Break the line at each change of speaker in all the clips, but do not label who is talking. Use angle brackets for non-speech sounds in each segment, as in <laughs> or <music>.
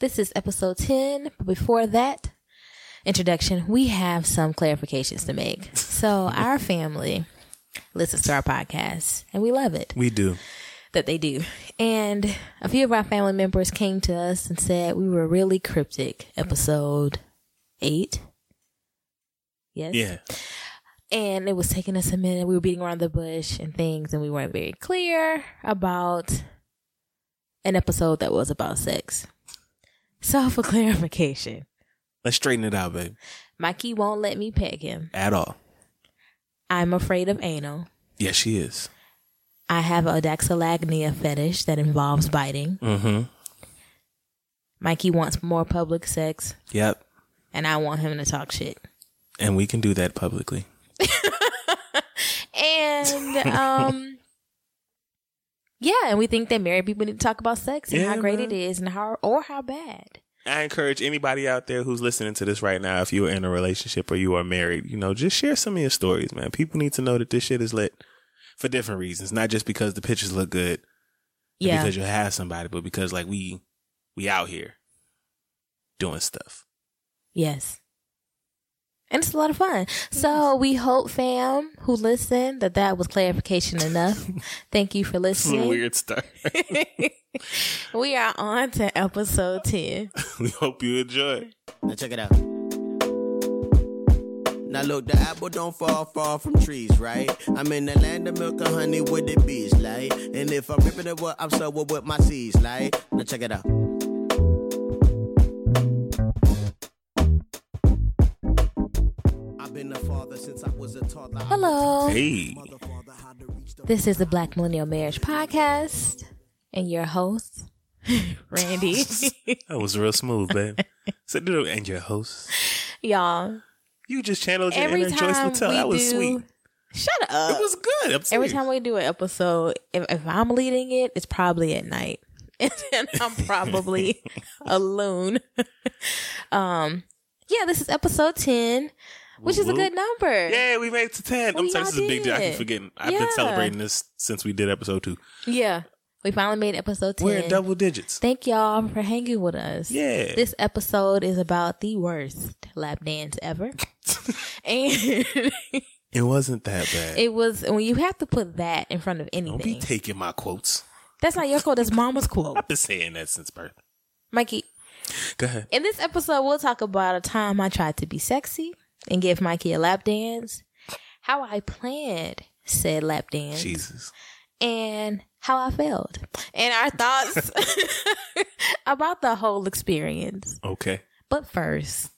This is episode 10. But before that introduction, we have some clarifications to make. So, our family listens to our podcast, and we love it
we do.
that they do. And a few of our family members came to us and said we were really cryptic. Episode 8. Yes.
Yeah.
and it was taking us a minute. We were beating around the bush and things, and we weren't very clear about an episode that was about sex. So, for clarification,
Let's straighten it out, babe.
Mikey won't let me peg him.
At all.
I'm afraid of anal.
Yes, she is.
I have a daxalagnia fetish that involves biting.
Mm-hmm.
Mikey wants more public sex,
Yep.
and I want him to talk shit.
And we can do that publicly. <laughs>
And, um,. Yeah, and we think that married people need to talk about sex and
Yeah,
how great it
man.
is and how or how bad.
I encourage anybody out there who's listening to this right now, if you are in a relationship or you are married, you know, just share some of your stories, man. People need to know that this shit is lit for different reasons, not just because the pictures look good, and
Yeah.
because you have somebody, but because like we we out here doing stuff.
Yes. And it's a lot of fun. So we hope, fam, who listened, that that was clarification
<laughs>
enough. Thank you for
This is a
listening.
weird start.
<laughs> we are on to episode 10.
<laughs> we hope you enjoy.
Now check it out. Now look, the apple don't fall far from trees, right? I'm in the land of milk and honey with the bees, like. And if I'm ripping it up, I'm so with my seeds, like. Now check it out. I've been a father since I was a toddler.
Hello.
Hey.
This is the Black Millennial Marriage Podcast and your host, <laughs>
<laughs>
Randy.
That was real smooth, babe. so, dude, and your host.
Y'all,
You just channeled your
every
inner Joyce
time
Mattel.
we
That was
do,
sweet.
shut up.
it was good. I'm
Every
serious.
time we do an episode, if, if I'm leading it, it's probably at night. <laughs> and I'm probably
<laughs>
a loon. <laughs> um, yeah, this is episode 10, which is a
Whoop.
good number.
Yeah, we made it to ten. I'm
We
sorry,
all
this is a big deal. I
did.
keep forgetting. I've
Yeah.
been celebrating this since we did episode two.
Yeah. We finally made episode 10.
We're in double digits.
Thank y'all for hanging with us.
Yeah.
This episode is about the worst lap dance
<laughs>
ever. and <laughs>
It wasn't that bad.
it was when you have to put that in front of
Don't be
anything.
taking my quotes.
That's not your quote, that's mama's quote.
I've been saying that since birth.
Mikey,
Go ahead.
In this episode, we'll talk about a time I tried to be sexy and give Mikey a lap dance, how I planned said lap dance,
Jesus.
and how I failed, and our thoughts about the whole experience.
Okay.
But first,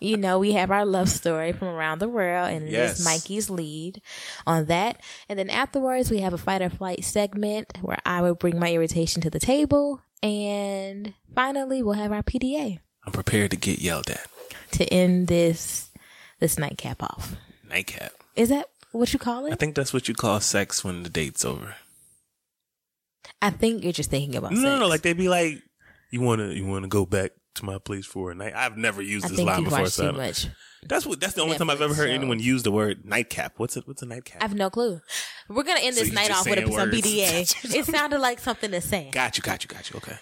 you know, we have our love story from around the world, and it
Yes.
is Mikey's lead on that. And then afterwards, we have a fight or flight segment where I will bring my irritation to the table. And finally, we'll have our PDA
I'm prepared to get yelled at.
to end this this nightcap off.
Nightcap.
Is that what you call it?
I think that's what you call sex when the date's over.
I think you're just thinking about
No, no,
sex.
no. Like they'd be like, "You wanna, you wanna go back to my place for a night?" I've never used
I
this
think
line
you
before.
watch
so I
too
don't-
much.
That's what. That's the only time I've
Netflix
ever heard
shows.
anyone use the word nightcap. What's a What's a nightcap?
I have no clue. We're gonna end
So
this
you
night
just
off with
saying
some
words.
BDA.
<laughs>
it sounded like something to say.
got you. Got you. Got you. Okay.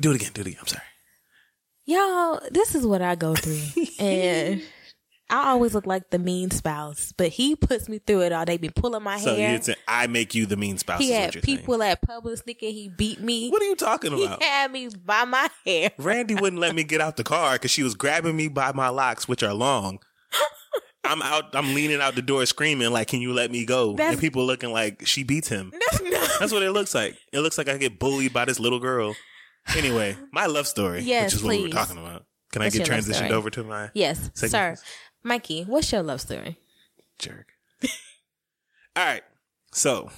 Do it again. Do it again. I'm sorry.
Y'all, this is what I go
<laughs>
through. and I always look like the mean spouse, but he puts me through it all. They be pulling my
So
hair.
you're saying I make you the mean spouse.
he
is
had
what you're saying.
people at Publix thinking he beat me.
What are you talking
he
about?
had me by my hair. <laughs>
Randy wouldn't let me get out the car because she was grabbing me by my locks, which
<laughs>
are long. I'm out. I'm leaning out the door, screaming like, "Can you let me go?"
That's-
and people looking like she beats him.
That's not-
That's what it looks like. It looks like I get bullied by this little girl. Anyway, my love story,
Yes,
which is what we were
please.
talking about. Can
What's
I
your
get
love
transitioned
story?
over to my
yes,
Second
sir.
place.
Mikey, what's your love story?
jerk? <laughs> All right. So,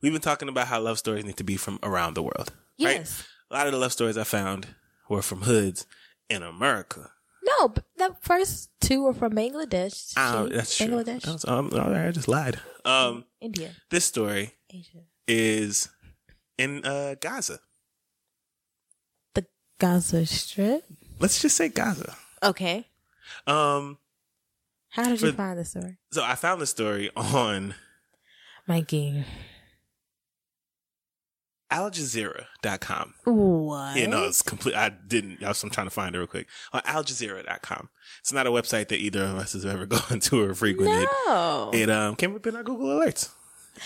we've been talking about how love stories need to be from around the world.
Yes.
A lot of the love stories I found were from hoods in America.
No, but the first two were from Bangladesh.
Oh,
She-
that's true.
Bangladesh,
That was- um, all right, I just lied. Um,
India,
this story
Asia,
is in uh, Gaza.
the Gaza Strip.
Let's just say Gaza.
Okay.
Um,
How did you
For-
find this story,
so I found the story on
Mikey?
AlJazeera.com.
What?
Yeah, no, it's complete. I didn't. I was, I'm trying to find it real quick Uh, on AlJazeera.com. It's not a website that either of us has ever <laughs> gone to or frequented.
No.
It um came up in our Google alerts,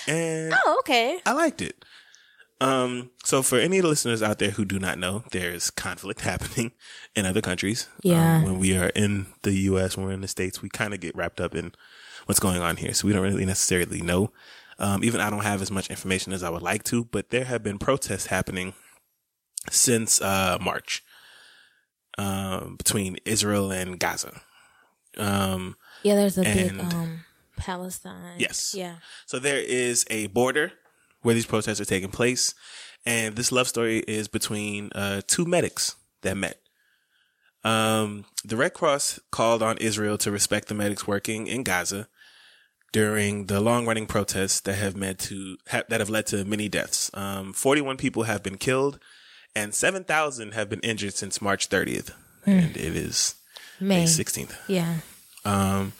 and
oh, okay.
I liked it. Um, so for any of the listeners out there who do not know, there's conflict <laughs> happening in other countries.
Yeah.
Um, when we are in the U.S., when we're in the states, we kind of get wrapped up in what's going on here, so we don't really necessarily know. Um, even I don't have as much information as I would like to, but there have been protests happening since uh, March um, between Israel and Gaza. Um,
Yeah, there's a big
And-
um Palestine.
Yes.
Yeah.
So there is a border where these protests are taking place, and this love story is between uh, two medics that met. Um, the Red Cross called on Israel to respect the medics working in Gaza during the long-running protests that have meant to ha- that have led to many deaths. Um, Forty-one people have been killed, and seven thousand have been injured since March 30th, and it is May
May.
16th.
Yeah.
Um,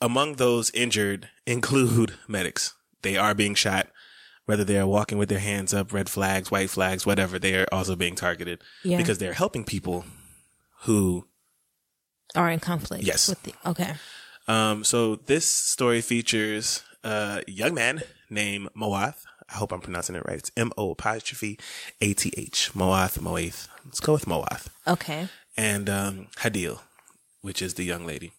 among those injured include <laughs> medics. They are being shot, whether they are walking with their hands up, red flags, white flags, whatever. They are also being targeted
Yeah.
because they're helping people who.
Are in conflict.
Yes.
With the, okay.
Um, so this story features a young man named Moath. I hope I'm pronouncing it right. It's M O apostrophe A T H. Moath, Moath. Let's go with Moath.
Okay.
and um, Hadil, which is the young lady.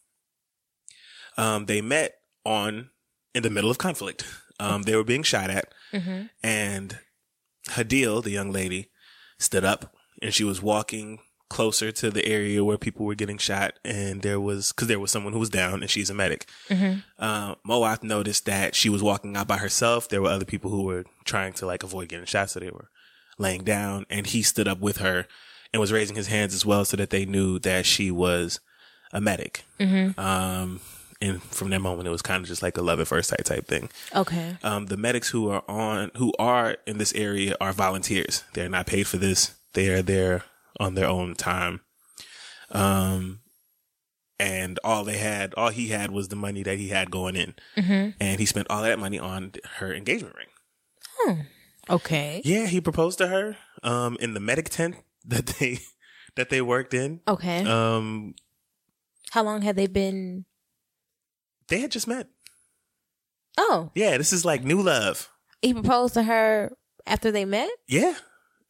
Um, they met on in the middle of conflict. Um, they were being shot at, and Hadil, the young lady, stood up and she was walking closer to the area where people were getting shot. And there was because there was someone who was down, and she's a medic. Uh, Moath noticed that she was walking out by herself. There were other people who were trying to like avoid getting shot, so they were laying down, and he stood up with her and was raising his hands as well, so that they knew that she was a medic. Um, and from that moment, it was kind of just like a love at first sight type thing.
Okay.
Um, the medics who are on who are in this area are volunteers. They're not paid for this. They are there on their own time. Um, and all they had, all he had was the money that he had going in, and he spent all that money on her engagement ring.
Okay.
Yeah, he proposed to her um, in the medic tent that they <laughs> that they worked in.
Okay.
Um,
How long had they been?
they had just met.
Oh,
Yeah, this is like new love.
he proposed to her after they met.
Yeah,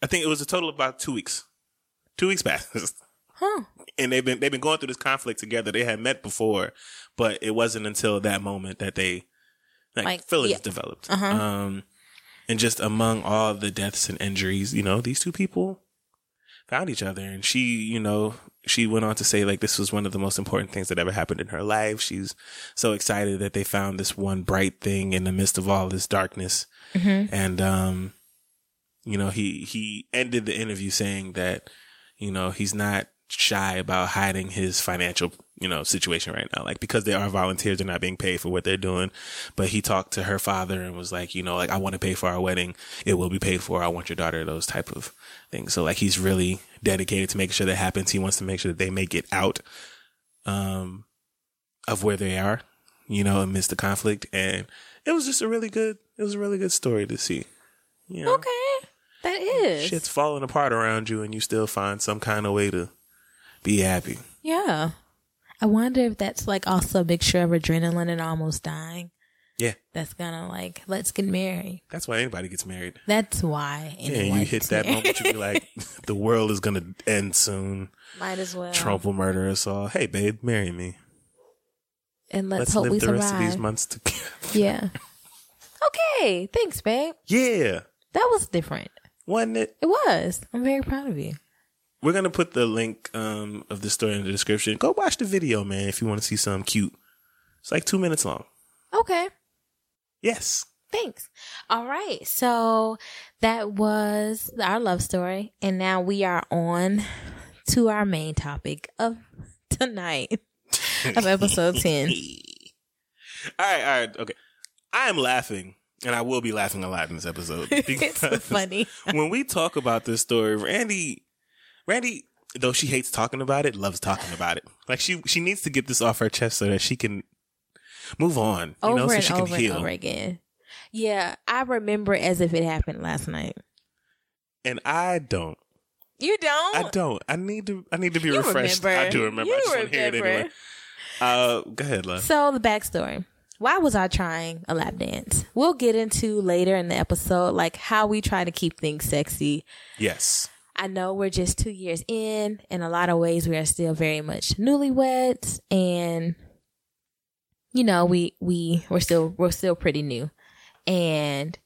I think it was a total of about two weeks. Two weeks <laughs> passed.
Huh.
and they've been they've been going through this conflict together. They had met before, but it wasn't until that moment that they like,
Like,
feelings
yeah.
developed.
Uh-huh.
Um, and just among all the deaths and injuries, you know, these two people found each other, and she, you know, she went on to say like this was one of the most important things that ever happened in her life. She's so excited that they found this one bright thing in the midst of all this darkness,
Mm-hmm.
and um, you know, he he ended the interview saying that you know he's not shy about hiding his financial you know situation right now like because they are volunteers they're not being paid for what they're doing but he talked to her father and was like you know like i want to pay for our wedding it will be paid for i want your daughter those type of things so like he's really dedicated to making sure that happens he wants to make sure that they make it out um of where they are you know amidst the conflict and it was just a really good it was a really good story to see you know?
Okay. That is.
shit's falling apart around you and you still find some kind of way to be happy.
Yeah. I wonder if that's like also a mixture of adrenaline and almost dying.
Yeah.
That's gonna like let's get married.
That's why anybody gets married.
That's why.
yeah,
anyone
you hit
gets
that
married. <laughs>
moment, you be like, the world is going to end soon.
Might as well.
Trump will murder us all. Hey, babe, marry me.
And let's,
Let's,
hope
live
we
the
survive.
rest of these months together. <laughs>
yeah. Okay. Thanks, babe.
yeah.
That was different.
Wasn't it?
It was. I'm very proud of you.
We're going to put the link um, of the story in the description. Go watch the video, man, if you want to see something cute. It's like two minutes long.
Okay.
Yes.
Thanks. All right. So that was our love story. And now we are on to our main topic of tonight of
<laughs>
episode 10.
all right, all right, okay. I am laughing, and I will be laughing a lot in
<laughs>
this episode.
<laughs> it's so funny.
<laughs> when we talk about this story, Randy, Randy, though she hates talking about it, loves talking about it. Like she, she needs to get this off her chest so that she can move on. You
Over
know, so
and
she
over
can
and
heal.
over again. Yeah. I remember as if it happened last night.
And I don't.
You don't?
I don't. I need to. I need to be
Oh. You
refreshed.
remember.
I do remember. I
You
just want to hear it
remember.
anyway. Uh, go ahead, love.
So the backstory. Why was I trying a lap dance? We'll get into later in the episode, like how we try to keep things sexy.
yes.
I know we're just two years in. In a lot of ways, we are still very much newlyweds, and you know, we we we're still we're still pretty new, and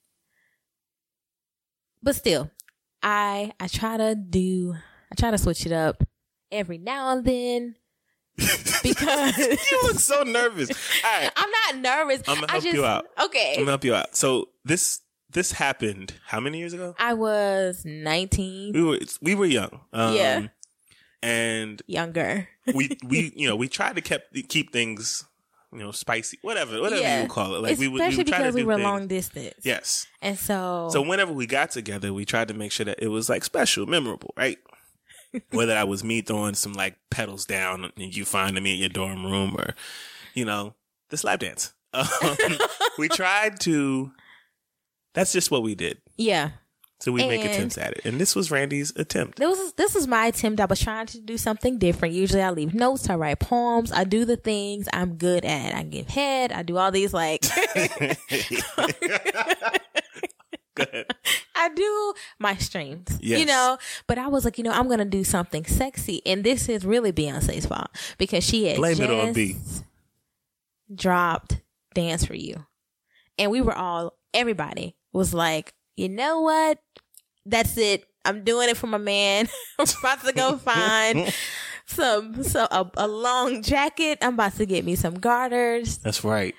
but still, I I try to do I try to switch it up every now and then because
<laughs> You look
<laughs>
so nervous. All right.
I'm not nervous.
I'm gonna
I
help
just,
you out. I'm
Okay.
gonna help you out. So this this happened how many years ago?
I was
We
19,
were we were young. Um,
Yeah.
And
younger.
we we you know we tried to kept keep things you know spicy whatever whatever
Yeah.
you call it like
Especially
we would we would try
because
to
we
do
were
things.
long distance.
yes
And so,
so whenever we got together we tried to make sure that it was like special memorable
<laughs>
right whether that was me throwing some like pedals down and you finding me in your dorm room or you know the slap dance <laughs> um, we tried to that's just what we did
yeah,
so we make
And-
attempts at it and this was randy's
<laughs>
attempt
this was, this was my attempt. I was trying to do something different. Usually I leave notes, I write poems, I do the things I'm good at. I give head, I do all these like,
Go ahead.
<laughs> I do my streams, you
Yes.
know, but I was like, you know, I'm going to do something sexy. And this is really Beyonce's fault because she had
blame it on
just-
b
dropped Dance for You. And we were all, everybody was like, you know what? That's it. I'm doing it for my man. <laughs> I'm about to
<laughs>
go find some, so a, a long jacket. I'm about to get me some garters
that's right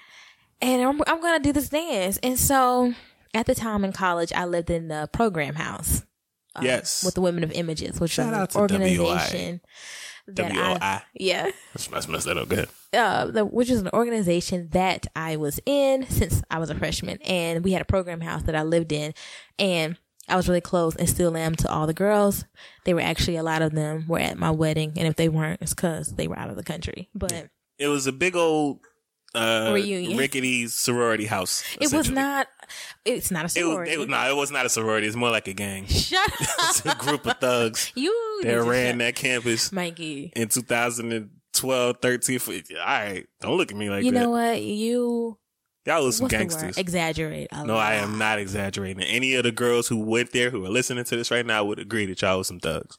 and I'm, I'm gonna do this dance. And so at the time in college, I lived in the program house. uh,
Yes.
With the Women of Images, which
Shout
is
out
an
to
organization. that I-
WOI.
yeah.
Let's mess, mess that up. Go ahead.
uh, the, which is an organization that I was in since I was a freshman, and we had a program house that I lived in, and I was really close and still am to all the girls. They were actually a lot of them were at my wedding, and if they weren't, it's because they were out of the country. But
It was a big old uh,
Reunion.
rickety sorority house.
it was
essentially.
not. It's not a
It was,
sorority.
it was no, it was not a sorority. It's more like a
<laughs>
gang.
Shut up,
it's a group of thugs
you. <laughs>
that
need to
ran
shut-
that campus
Mikey.
in 2012, 13. For, all right, don't look at me like
you
that.
know what? You
Y'all was some
what's the
gangsters.
word? Exaggerate. a
No, I
lot.
am not exaggerating. Any of the girls who went there who are listening to this right now would agree that y'all was some thugs.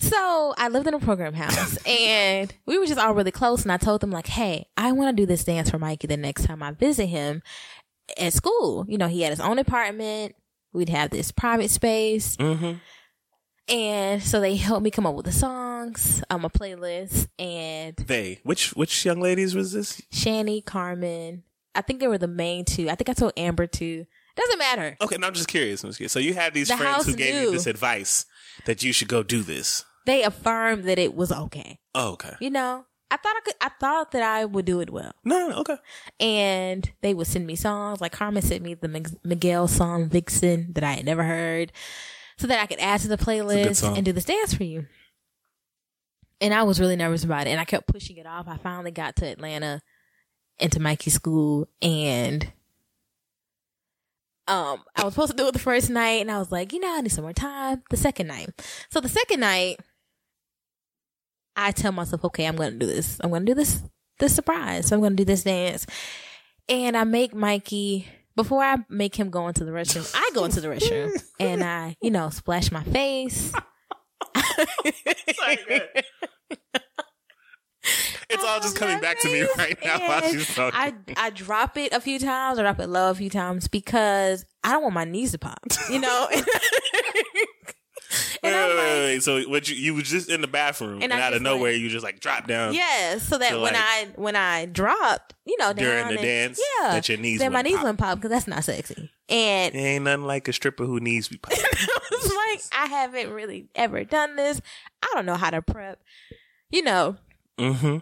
So I lived in a program
<laughs>
house and we were just all really close. And I told them like, Hey, I want to do this dance for Mikey the next time I visit him at school. You know, he had his own apartment. We'd have this private space.
Mm-hmm.
And so they helped me come up with the songs, um, a playlist and
They. Which which young ladies was this?
Shani, Carmen. I think they were the main two. I think I told Amber too. Doesn't matter.
Okay, no, I'm just curious. I'm just curious. So you had these
The
friends who
house
gave
knew.
you this advice that you should go do this.
They affirmed that it was okay.
Oh, okay.
You know, I thought I could, I thought that I would do it well.
No, no, <laughs> okay.
and they would send me songs. Like Carmen sent me the Mig- Miguel song "Vixen" that I had never heard, so that I could add to the playlist
song.
and do this dance for you. And I was really nervous about it, and I kept pushing it off. I finally got to Atlanta, into Mikey's school, and um, I was supposed to do it the first night, and I was like, you know, I need some more time. The second night, so the second night, I tell myself, okay, I'm gonna do this. I'm gonna do this. This surprise. So I'm gonna do this dance, and I make Mikey. Before I make him go into the restroom, I go into the restroom
<laughs>
and I, you know, splash my face.
It's all just coming back to me right now while she's talking.
I, I drop it a few times, I drop it low a few times because I don't want my knees to pop, you know? <laughs> and
wait,
I'm like,
wait, wait, wait. Wait, so what you you was just in the bathroom and,
And I
out of
just, like-
nowhere you just like dropped down.
Yeah, so that
Uh, So,
when
like,
I when I dropped, you know,
during
down
the
and-
dance,
yeah,
that your knees
then my
wouldn't
knees
pop.
wouldn't pop because that's not sexy. And
It ain't nothing like a stripper who needs be
<laughs>
popping.
it's like <laughs> I haven't really ever done this. I don't know how to prep. You know,
mm-hmm.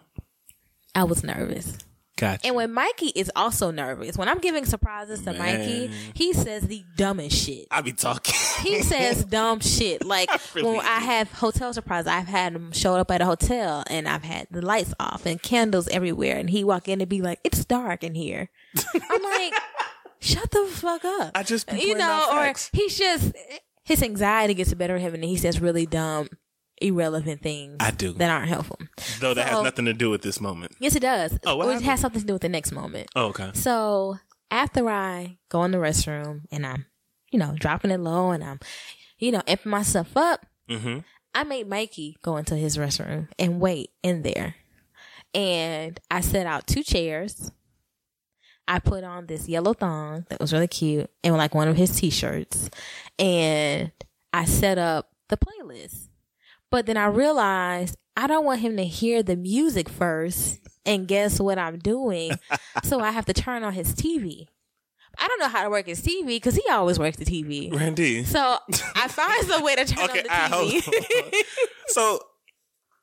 I was nervous.
Gotcha.
And when Mikey is also nervous, when I'm giving surprises to Mikey,
Man.
he says the dumbest shit.
I be talking. <laughs>
He says dumb shit. Like
really
when I
do.
have hotel surprises, I've had him showed up at a hotel and I've had the lights off and candles everywhere, and he walk in and be like, "It's dark in here." I'm
<laughs>
like, "Shut the fuck up."
I just be
you
pointing out
know, or
facts.
he's just his anxiety gets the better of him, and he says really dumb, irrelevant things
I do.
that aren't helpful.
Though that has
So-
nothing to do with this moment.
Yes, it does.
Oh, what
Or it
happened?
has something to do with the next moment.
Oh, okay.
So after I go in the restroom and I'm, you know, dropping it low and I'm, you know, amping myself up,
Mm-hmm.
I made Mikey go into his restroom and wait in there. And I set out two chairs. I put on this yellow thong that was really cute and like one of his t shirts. And I set up the playlist. But then I realized I don't want him to hear the music first and guess what I'm
<laughs>
doing. so I have to turn on his TV. I don't know how to work his TV because he always works the TV.
Randy.
So I find some way to turn
Okay, I
on the TV.
so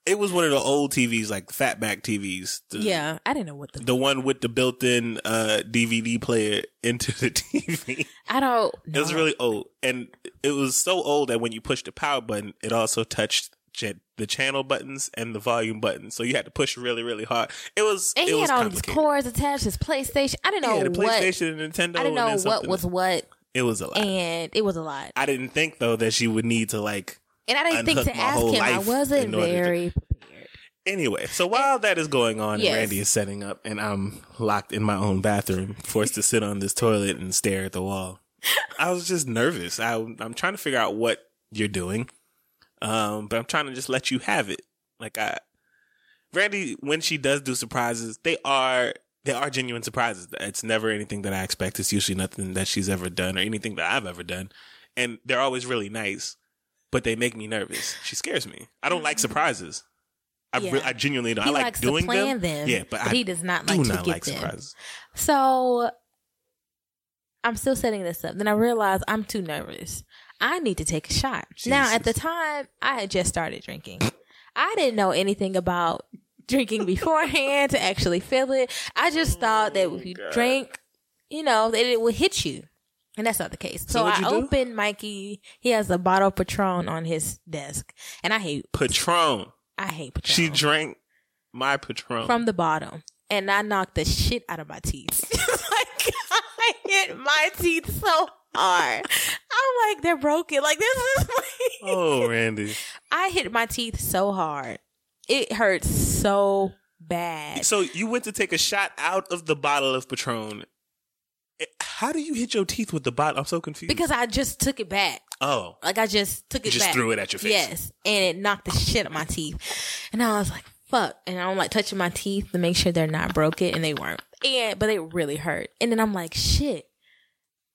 it was one of the old TVs, like the fatback TVs. The,
yeah, I didn't know what the
The one with the built-in uh, DVD player <laughs> into the TV.
I don't.
It was
know.
really old, and it was so old that when you pushed the power button, it also touched ch- the channel buttons and the volume button. So you had to push really, really hard. It was
And
it
he
was
had all these
complicated.
cords attached. His PlayStation. I didn't know
yeah, the
what.
PlayStation and Nintendo.
I didn't
and
know
then
what
something
was
else.
what,
It was a lot.
and it was a lot.
I didn't think though that she would need to like.
And I didn't think
unhook
to
my
ask
whole
him. I
life
wasn't
in order to-
very prepared.
Anyway, so while that is going on,
Yes.
and Randy is setting up, and I'm locked in my own bathroom, forced to sit on this toilet and stare at the wall. I was just nervous. I, I'm trying to figure out what you're doing, um, but I'm trying to just let you have it. Like I, Randy, when she does do surprises, they are they are genuine surprises. It's never anything that I expect. It's usually nothing that she's ever done or anything that I've ever done, and they're always really nice, but they make me nervous. She scares me. I don't like surprises. I, re-
Mm-hmm. Yeah.
I genuinely don't.
He
I like
likes to
doing
plan
them.
them,
Yeah, but,
but
I
he does not
do
like to
not
get
like
them.
surprises.
So I'm still setting this up. Then I realized I'm too nervous. I need to take a shot. Now, at the
Jesus.
time, I had just started drinking. I didn't know anything about drinking beforehand to actually feel it. I just thought
Oh,
that if you drink, you know, that it would hit you. And that's not the case. So,
what'd
I
you do?
opened Mikey. He has a bottle of Patron on his desk. And I hate,
Patron.
I hate Patron.
She drank my Patron.
from the bottom. And I knocked the shit out of my teeth. <laughs> like I hit my teeth so hard. I'm like, they're broken. Like this is <laughs> like
<laughs> oh, Randy.
I hit my teeth so hard. It hurts so bad.
So you went to take a shot out of the bottle of Patron. Eh, How do you hit your teeth with the bottle? I'm so confused.
Because I just took it back.
oh,
Like I just took it
you just
back.
threw it at your face.
Yes. And it knocked the shit out of my teeth. And I was like, fuck. And I'm like touching my teeth to make sure they're not broken. And they weren't. And but it really hurt. And then I'm like, shit.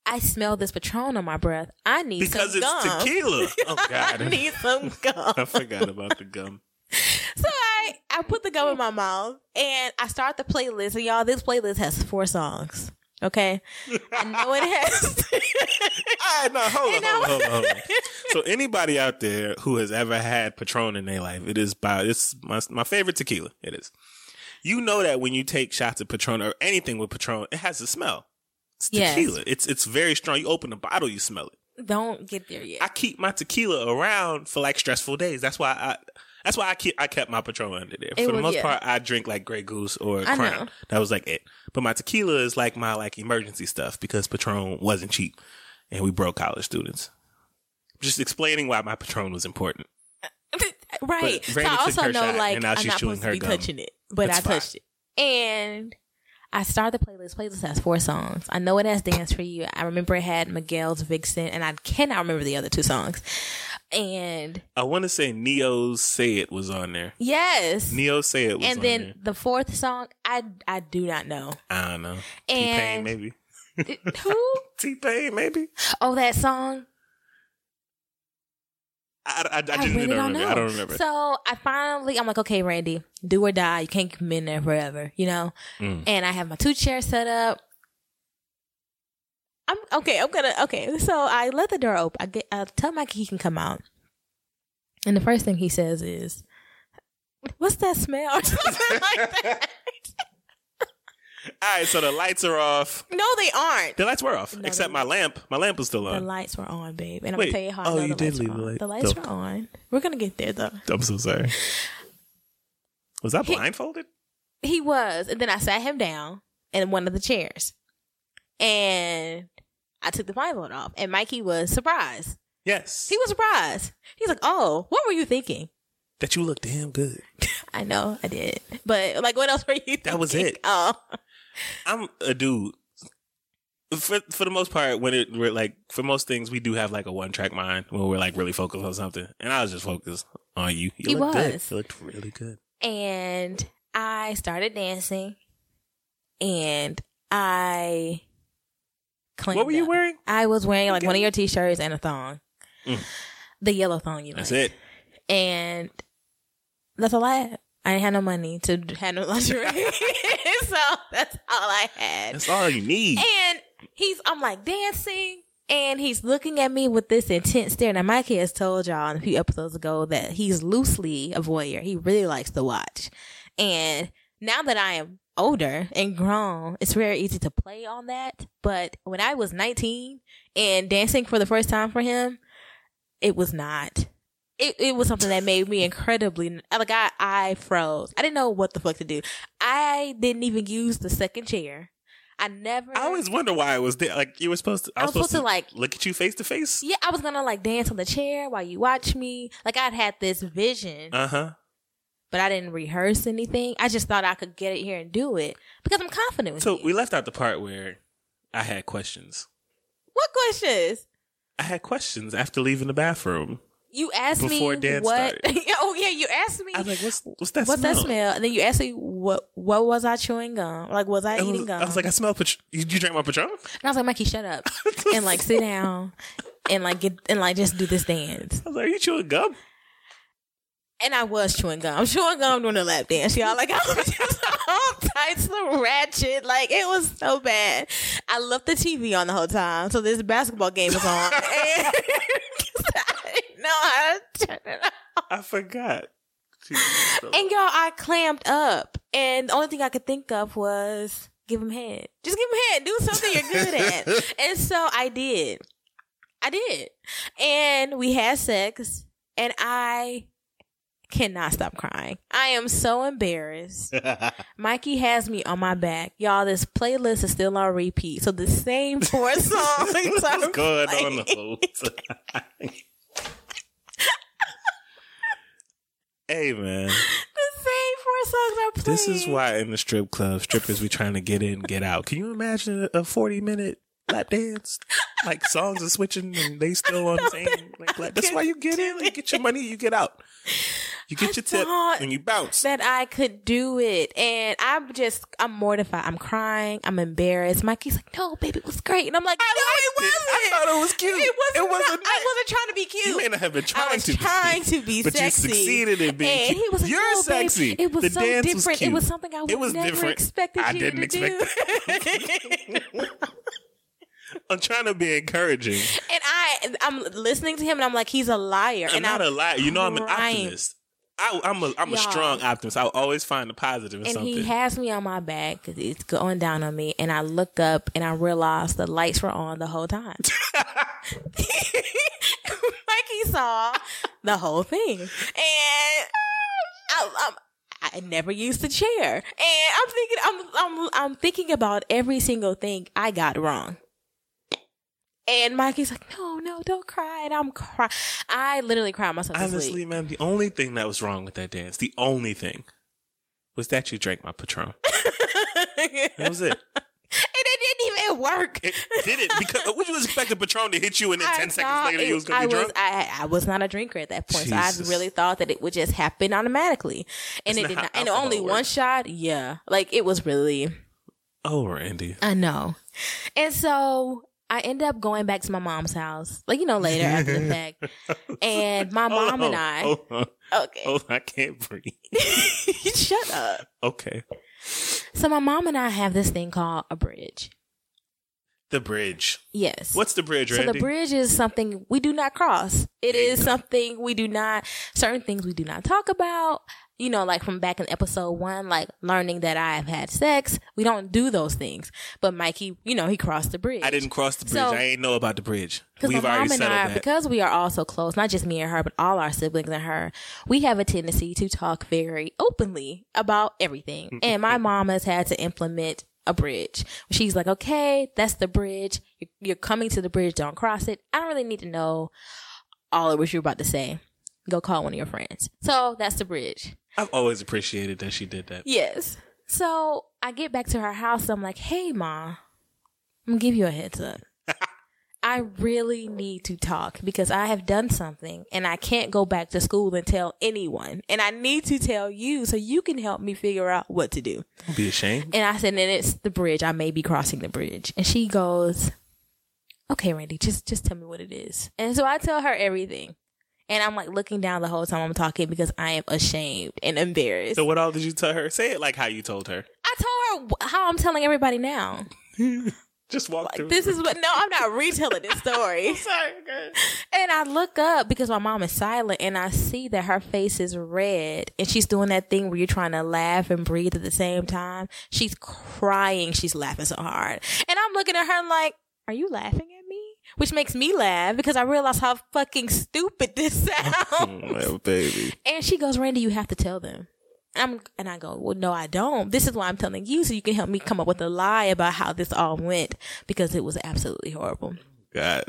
I smell this Patron on my breath. I need
because
some
it's
gum.
tequila. Oh
<laughs>
God,
I need some gum.
<laughs> I forgot about
<laughs>
the gum.
So I, I put the gum in my mouth and I start the playlist. And y'all, this playlist has four songs. Okay. I know it has. <laughs>
All right, now hold on,
And
hold on,
I
hold on, hold on. So anybody out there who has ever had Patron in their life, it is by it's my my favorite tequila. It is. You know that when you take shots of Patron or anything with Patron, it has a smell. It's
Yes.
tequila. It's it's very strong. You open the bottle, you smell it.
Don't get there yet.
I keep my tequila around for like stressful days. That's why I. That's why I keep I kept my Patron under there.
It
for the
was-
most
yeah.
part, I drink like Grey Goose or
I know.
Crown. That was like it. But my tequila is like my like emergency stuff because Patron wasn't cheap, and we broke college students. Just explaining why my Patron was important.
right. So
Brandy
I
took
also
her
know
shot,
like
and now
I'm
she's
not
chewing
supposed
her
to be
gum.
touching it, but
That's
I touched it, and I started the playlist. Playlist has four songs. I know it has "Dance for You." I remember it had Miguel's "Vixen," and I cannot remember the other two songs. And
I want to say Neo's "Say It" was on there.
yes,
Neo "Say It" was
and
on
then
there.
the fourth song, I I do not know.
I don't know. T Pain
And-
maybe.
Who?
<laughs> T Pain maybe.
Oh, that song.
I, I, I genuinely
really don't
don't remember.
know.
I don't remember.
So I finally, I'm like, okay, Randy, do or die. You can't come in there forever, you know.
Mm.
And I have my two chairs set up. I'm okay. I'm gonna okay. So I let the door open. I get. I tell Mike he can come out. And the first thing he says is, "What's that smell?" <laughs> Or something like
<laughs>
that.
All right, so the lights are off.
No, they aren't.
The lights were off,
No,
except
they-
my lamp. My lamp was still
The
on.
lights were on, babe. And I'm
Wait.
gonna tell you how. I
Oh,
know
you
the
did
lights
leave
were
the
on.
light-
The lights
Dope.
were on. We're gonna get there though.
I'm so sorry. Was I
He-
blindfolded?
He was, and then I sat him down in one of the chairs, and I took the blindfold off, and Mikey was surprised.
Yes.
He was surprised. He's like, "Oh, what were you thinking?"
that you look damn good.
I know I did, but like, what else were you? Thinking?
That was it.
Oh,
I'm a dude. For for the most part, when it we're like for most things, we do have like a one track mind when we're like really focused on something. And I was just focused on you. You
He
looked good.
was.
You looked really good.
and I started dancing, and I. cleaned
What were you
up.
wearing?
I was wearing like
Okay.
one of your t-shirts and a thong,
Mm.
the yellow thong you
That's
like.
it.
and that's all I had. I didn't have no money to d- have no lingerie, <laughs> so that's all I had.
That's all you need.
and he's, I'm like dancing, and he's looking at me with this intense stare. Now, Mikey has told y'all a few episodes ago that he's loosely a voyeur. He really likes to watch, and now that I am older and grown, it's very easy to play on that. But when I was 19 and dancing for the first time for him, it was not. It, it was something that made me incredibly like I, I froze. I didn't know what the fuck to do. I didn't even use the second chair. I never.
I always wonder why it was there. Like you were supposed to. I was, supposed, to, like look at you face to face.
Yeah, I was gonna like dance on the chair while you watch me. Like I'd had this vision,
Uh huh.
but I didn't rehearse anything. I just thought I could get it here and do it because I'm confident with
So
you.
we left out the part where I had questions.
what questions?
I had questions after leaving the bathroom.
You asked
Before
me
dance
what?
started.
<laughs> oh yeah, you asked me
I was like, "What's what's that?
what's
smell?
that smell, and then you asked me what what was I chewing gum? Like was I
I
eating
was,
gum?
I was like, "I smell patron. You, you drank my patron."
and I was like, Mikey, shut
<laughs>
up and like sit down and like get and like just do this dance.
I was like, "Are you chewing gum?"
And I was chewing gum. I'm chewing gum doing a lap dance, y'all. Like <laughs> I was just all types of ratchet. Like it was so bad. I left the TV on the whole time, so this basketball game was on. <laughs> <laughs> and I didn't know how to turn it off.
I forgot.
And y'all, I clammed up, and the only thing I could think of was give him head. Just give him head. Do something you're good
<laughs>
at. and so I did. I did, and we had sex, and I cannot stop crying. I am so
<laughs>
embarrassed. Mikey has me on my back, y'all. This playlist is still on repeat, so the same
<laughs>
four songs.
What's
are
going
playing.
on the
<laughs>
whole time? <laughs> hey man,
The same four songs are playing.
this is why in the strip club, strippers be trying to get in, get out. Can you imagine a forty-minute lap dance? Like songs are switching and they still
<laughs>
on the same. Like, lap. that's why you get in, you get your money, you get out, you get
I
your tip,
thought
and you bounce.
that I could do it. And I'm just, I'm mortified. I'm crying. I'm embarrassed. Mikey's like, no, baby, it was great. And I'm like, no, it
liked it. I
wasn't.
thought it was cute.
It wasn't.
It wasn't
not- I wasn't trying to be cute.
You may not have been trying
I was
to be
trying
cute,
to be
but you
sexy.
succeeded in being
and
cute.
He was like,
You're
no, babe,
sexy.
it was
The
so
dance was
different.
cute.
It was something I
It
would
was
never
different.
expected
I
you
didn't
to
expect
do.
I'm trying to be encouraging.
and I, I'm listening to him, and I'm like, he's a liar.
I'm
and
not
I'm
a liar. You know, I'm an
crying.
optimist. I, I'm a I'm a
Y'all.
strong optimist. I always find the positive in
and
something.
he has me on my back because it's going down on me. And I look up and I realized the lights were on the whole time. <laughs> Mikey saw the whole thing, and I, i I never used the chair. And I'm thinking, I'm I'm I'm thinking about every single thing I got wrong. And Mikey's like, no, no, don't cry. And I'm crying. I literally cried myself to
Honestly,
sleep.
man, the only thing that was wrong with that dance, the only thing, was that you drank my Patron.
<laughs>
That was it.
and it didn't even work.
It did it because would you expect a Patron to hit you and then
I
ten seconds
thought
later
it-
you was gonna
I
be drunk?
Was, I, I was not a drinker at that point, so
Jesus.
I really thought that it would just happen automatically, and
That's
it
not
did
how
not. And
alcohol
only one
works.
shot, yeah, like it was really.
oh, Randy.
I know, and so I ended up going back to my mom's house, like you know, later after the
<laughs>
fact. And my
Hold
mom
on, Oh,
and I,
Hold on,
okay,
hold on, I can't breathe.
<laughs> shut up.
Okay.
So my mom and I have this thing called a bridge.
The bridge.
Yes.
What's the bridge,
so
Randy?
the bridge is something we do not cross. It
There you
is
go.
something we do not certain things we do not talk about. You know, like from back in episode one, like learning that I have had sex. We don't do those things. But Mikey, you know, he crossed the bridge.
I didn't cross the bridge.
So-
I ain't know about the bridge.
Because my
We've
mom
already
and
settled
I,
that.
because we are all so close, not just me and her, but all our siblings and her, we have a tendency to talk very openly about everything. and my mom has had to implement a bridge. She's like, okay, that's the bridge. You're, you're coming to the bridge. Don't cross it. I don't really need to know all of what you're about to say. Go call one of your friends. So that's the bridge.
I've always appreciated that she did that.
Yes. So I get back to her house. I'm like, hey, Ma, I'm going to give you a heads up. I really need to talk because I have done something and I can't go back to school and tell anyone. And I need to tell you so you can help me figure out what to do.
Don't be ashamed.
And I said, and it's the bridge. I may be crossing the bridge. And she goes, okay, Randy, just, just tell me what it is. And so I tell her everything. And I'm like looking down the whole time I'm talking because I am ashamed and embarrassed.
So what all did you tell her? Say it like how you told her.
I told her wh- how I'm telling everybody now.
Just walk through.
Like, this is what, no, I'm not retelling this story.
sorry. girl.
And I look up because my mom is silent and I see that her face is red and she's doing that thing where you're trying to laugh and breathe at the same time. She's crying. She's laughing so hard. And I'm looking at her like, are you laughing at me? Which makes me laugh because I realize how fucking stupid this <laughs> sounds.
Oh, baby.
And she goes, Randy, you have to tell them. I'm, and I go, well, no, I don't. This is why I'm telling you so you can help me come up with a lie about how this all went because it was absolutely horrible.
God.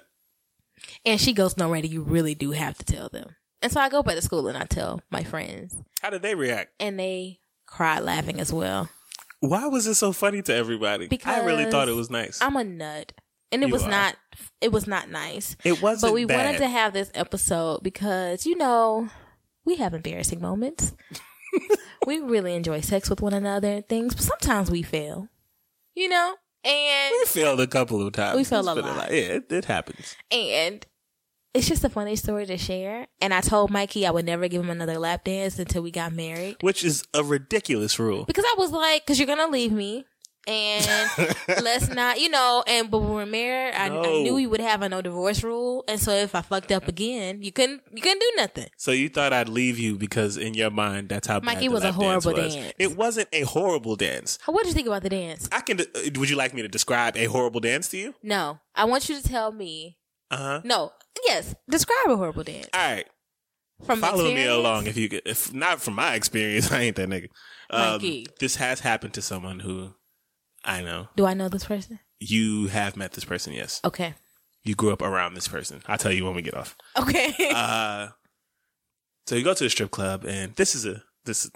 And she goes, no, Randy, you really do have to tell them. And so I go back to school and I tell my friends
How did they react?
and they cry laughing as well.
Why was it so funny to everybody? I really
Because
thought it was nice.
I'm a nut and it
You
was
are.
not, it was not nice.
it wasn't
But we
bad.
wanted to have this episode because, you know, we have embarrassing
<laughs>
moments. we really enjoy sex with one another and things, but sometimes we fail, you know? And,
we failed a couple of times.
We failed
Let's
a
put it
lot.
like- Yeah, it, it happens.
and it's just a funny story to share. And I told Mikey I would never give him another lap dance until we got married
Which is a ridiculous rule.
because I was like, because you're going to leave me. And
<laughs>
let's not, you know, and but when we were married, I, I
No.
knew we would have a no divorce rule. And so if I fucked up again, you couldn't, you couldn't do nothing.
So you thought I'd leave you because in your mind that's how
Mike,
bad
it
the
was a
lap dance
horrible
was.
dance.
It wasn't a horrible dance.
What did you think about the dance?
I can. de- Would you like me to describe a horrible dance to you?
No, I want you to tell me.
Uh huh.
No, yes, describe a horrible dance
All right.
from
Follow
experience.
me along if you could. If not from my experience, <laughs> I ain't that nigga. Um,
Mikey.
this has happened to someone who I know.
Do I know this person?
You have met this person, yes.
Okay,
You grew up around this person. I'll tell you when we get off. <laughs>
okay.
uh, so you go to a strip club, and this is a this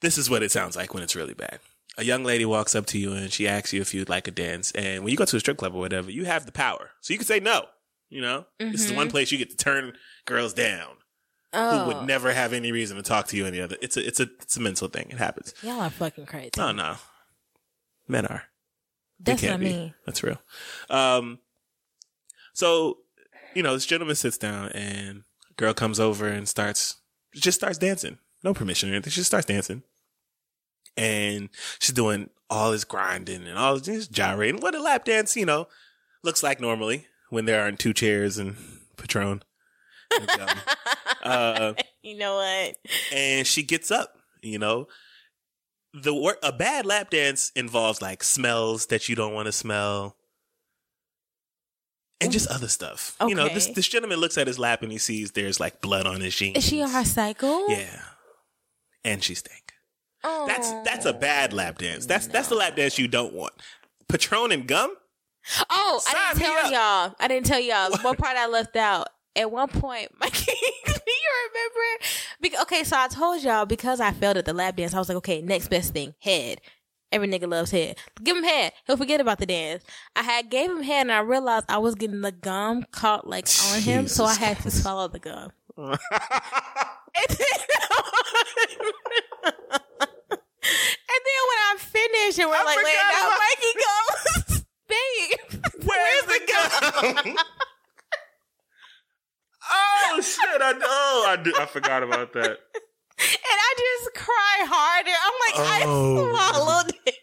this is what it sounds like when it's really bad. A young lady walks up to you and she asks you if you'd like a dance. And when you go to a strip club or whatever, you have the power, so you can say no. You know, this is the
Mhm.
one place you get to turn girls down
<laughs> oh,
who would never have any reason to talk to you any other. It's a it's a it's a mental thing. It happens.
y'all are fucking crazy.
Oh no, men are. They
That's what I
can't be.
mean.
That's real. Um, so you know, this gentleman sits down and a girl comes over and starts just starts dancing. No permission or anything. She just starts dancing, and she's doing all this grinding and all this gyrating. What a lap dance, you know, looks like normally when there are two chairs and <laughs> Patron. And, um, uh,
You know what?
and she gets up. You know, the wor- a bad lap dance involves like smells that you don't want to smell, and just other stuff. You know, this
Okay.
this gentleman looks at his lap and he sees there's like blood on his jeans.
Is she on her cycle?
Yeah, and she stank.
Oh.
That's that's a bad lap dance. That's that's the lap dance you don't want. Patron and gum.
Oh, I
Sign me
didn't tell
up.
y'all. I didn't tell y'all. One part I left out. At one point, <laughs> Mikey, do you remember? Because, okay, so I told y'all because I failed at the lap dance, I was like, okay, next best thing, head. Every nigga loves head. Give him head. He'll forget about the dance. I had gave him head and I realized I was getting the gum caught like on him, so I
Jesus
had to swallow the
<laughs>
gum. And <laughs> then, and then when I finished and we're
I
like, wait,
forgot
<laughs> now Mikey goes, babe.
Wait
<laughs>
oh shit! I oh I do I forgot about that.
I just cry harder. I'm like,
Oh.
I swallowed it.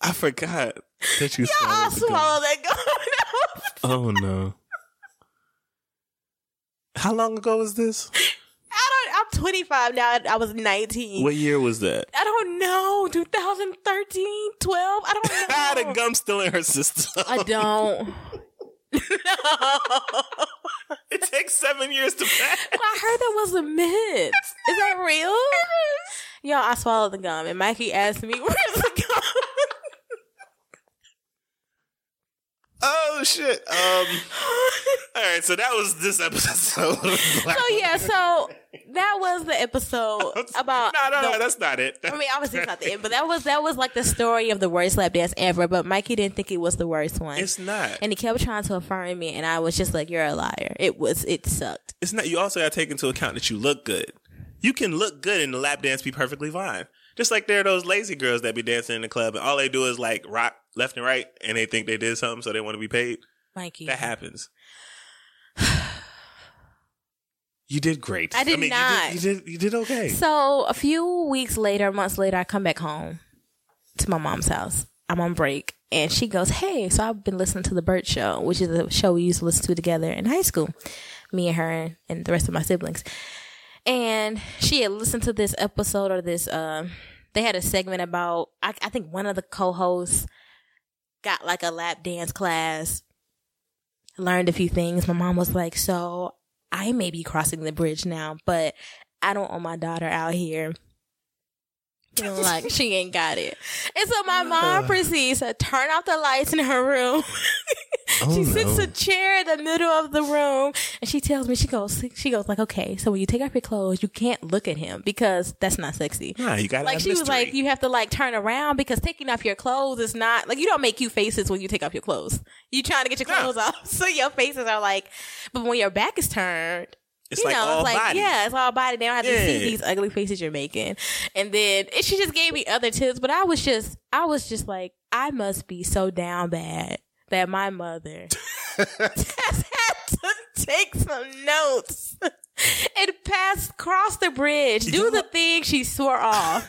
I forgot that you
Yeah, <laughs> I
swallowed the gum.
swallowed that gum.
<laughs> Oh no. How long ago was this?
I don't. I'm 25 now. I- I was 19.
What year was
<laughs>
that?
I don't know. 2013, 12. I
<laughs>
don't know.
Ah, the gum still in her system.
I <laughs> don't.
<laughs> it takes seven years to pass.
I heard that was a myth. Is that <laughs> real? Yo, I swallowed the gum, and Mikey asked me, <laughs> "Where's the gum?"
Oh shit. Um. All right, so that was this episode.
so yeah, so that was the
<laughs>
episode about.
no, no,
the-
no, that's not it.
I mean, obviously it's not the end, but that was that was like the story of the worst lap dance ever. But Mikey didn't think it was the worst one,
it's not.
and he kept trying to affirm me, and I was just like, "You're a liar." It was. It sucked.
It's not. You also got to take into account that you look good. You can look good in the lap dance, be perfectly fine. Just like there are those lazy girls that be dancing in the club, and all they do is like rock left and right, and they think they did something, so they want to be paid.
Mikey,
That happens. You did great.
I did not.
You did, you did. You did okay.
So a few weeks later, months later, I come back home to my mom's house. I'm on break, and she goes, "Hey!" So I've been listening to the Bird Show, which is a show we used to listen to together in high school, me and her and the rest of my siblings. And she had listened to this episode or this. Um, they had a segment about. I, I think one of the co-hosts got like a lap dance class, learned a few things. My mom was like, "So I may be crossing the bridge now, but I don't want my daughter out here. feeling like she ain't got it. And so my mom proceeds to turn off the lights in her room. <laughs> she sits a chair in the middle of the room and she tells me, she goes, she goes like, okay, so when you take off your clothes, you can't look at him because that's not sexy.
nah, you got
Like she was like, you have to like turn around because taking off your clothes is not like you don't make cute faces when you take off your clothes. You trying to get your clothes off, <laughs> so your faces are like. But when your back is turned,
It's
you
like
know,
all
it's like
body.
yeah, it's all body. They don't have to see
Yeah.
these ugly faces you're making. And then and she just gave me other tips, but I was just, I was just like, I must be so down bad that my mother
<laughs>
has had to take some notes and pass cross the bridge, do the thing she swore off,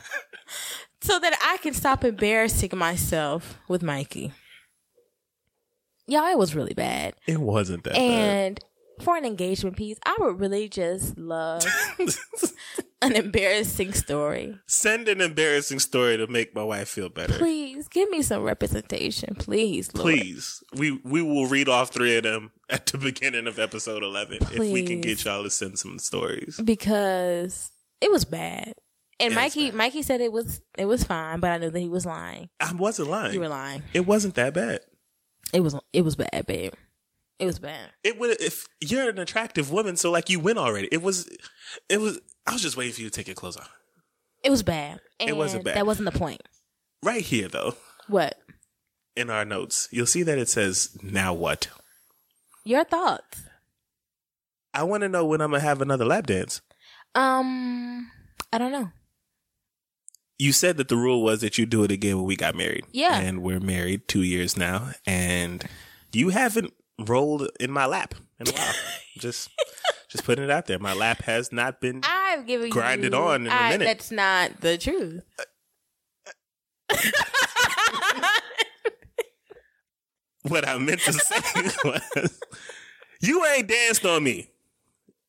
so that I can stop embarrassing myself with Mikey. Yeah, it was really bad.
it wasn't that
And for an engagement piece, I would really just
<laughs>
love
bad.
an embarrassing story.
Send an embarrassing story to make my wife feel better. Please,
Please give me some representation, please, Lord.
we we will read all three of them at the <laughs> beginning of episode eleven if we can
Please. Mm-hmm.
get y'all to send some stories.
because it was bad. And
It was
Mikey,
bad.
Mikey said it was it was fine, but I knew that he was lying.
I wasn't lying.
You were lying.
It wasn't that bad.
It was it was bad, babe. It was bad.
It would if you're an attractive woman, so like you win already. It was, it was. I was just waiting for you to take your clothes off.
It was bad. And
It wasn't bad.
That wasn't the point.
Right here though,
What
in our notes, you'll see that it says now what.
your thoughts?
I want to know when I'm gonna have another lap dance.
Um, I don't know.
you said that the rule was that you do it again when we got married.
Yeah.
And we're married two years now, and you haven't rolled in my lap in a while. just, just putting it out there. My lap has not been.
I've given
Grind
you
it on in a
I-
minute.
That's not the truth.
what I meant to say <laughs> was, you ain't danced on me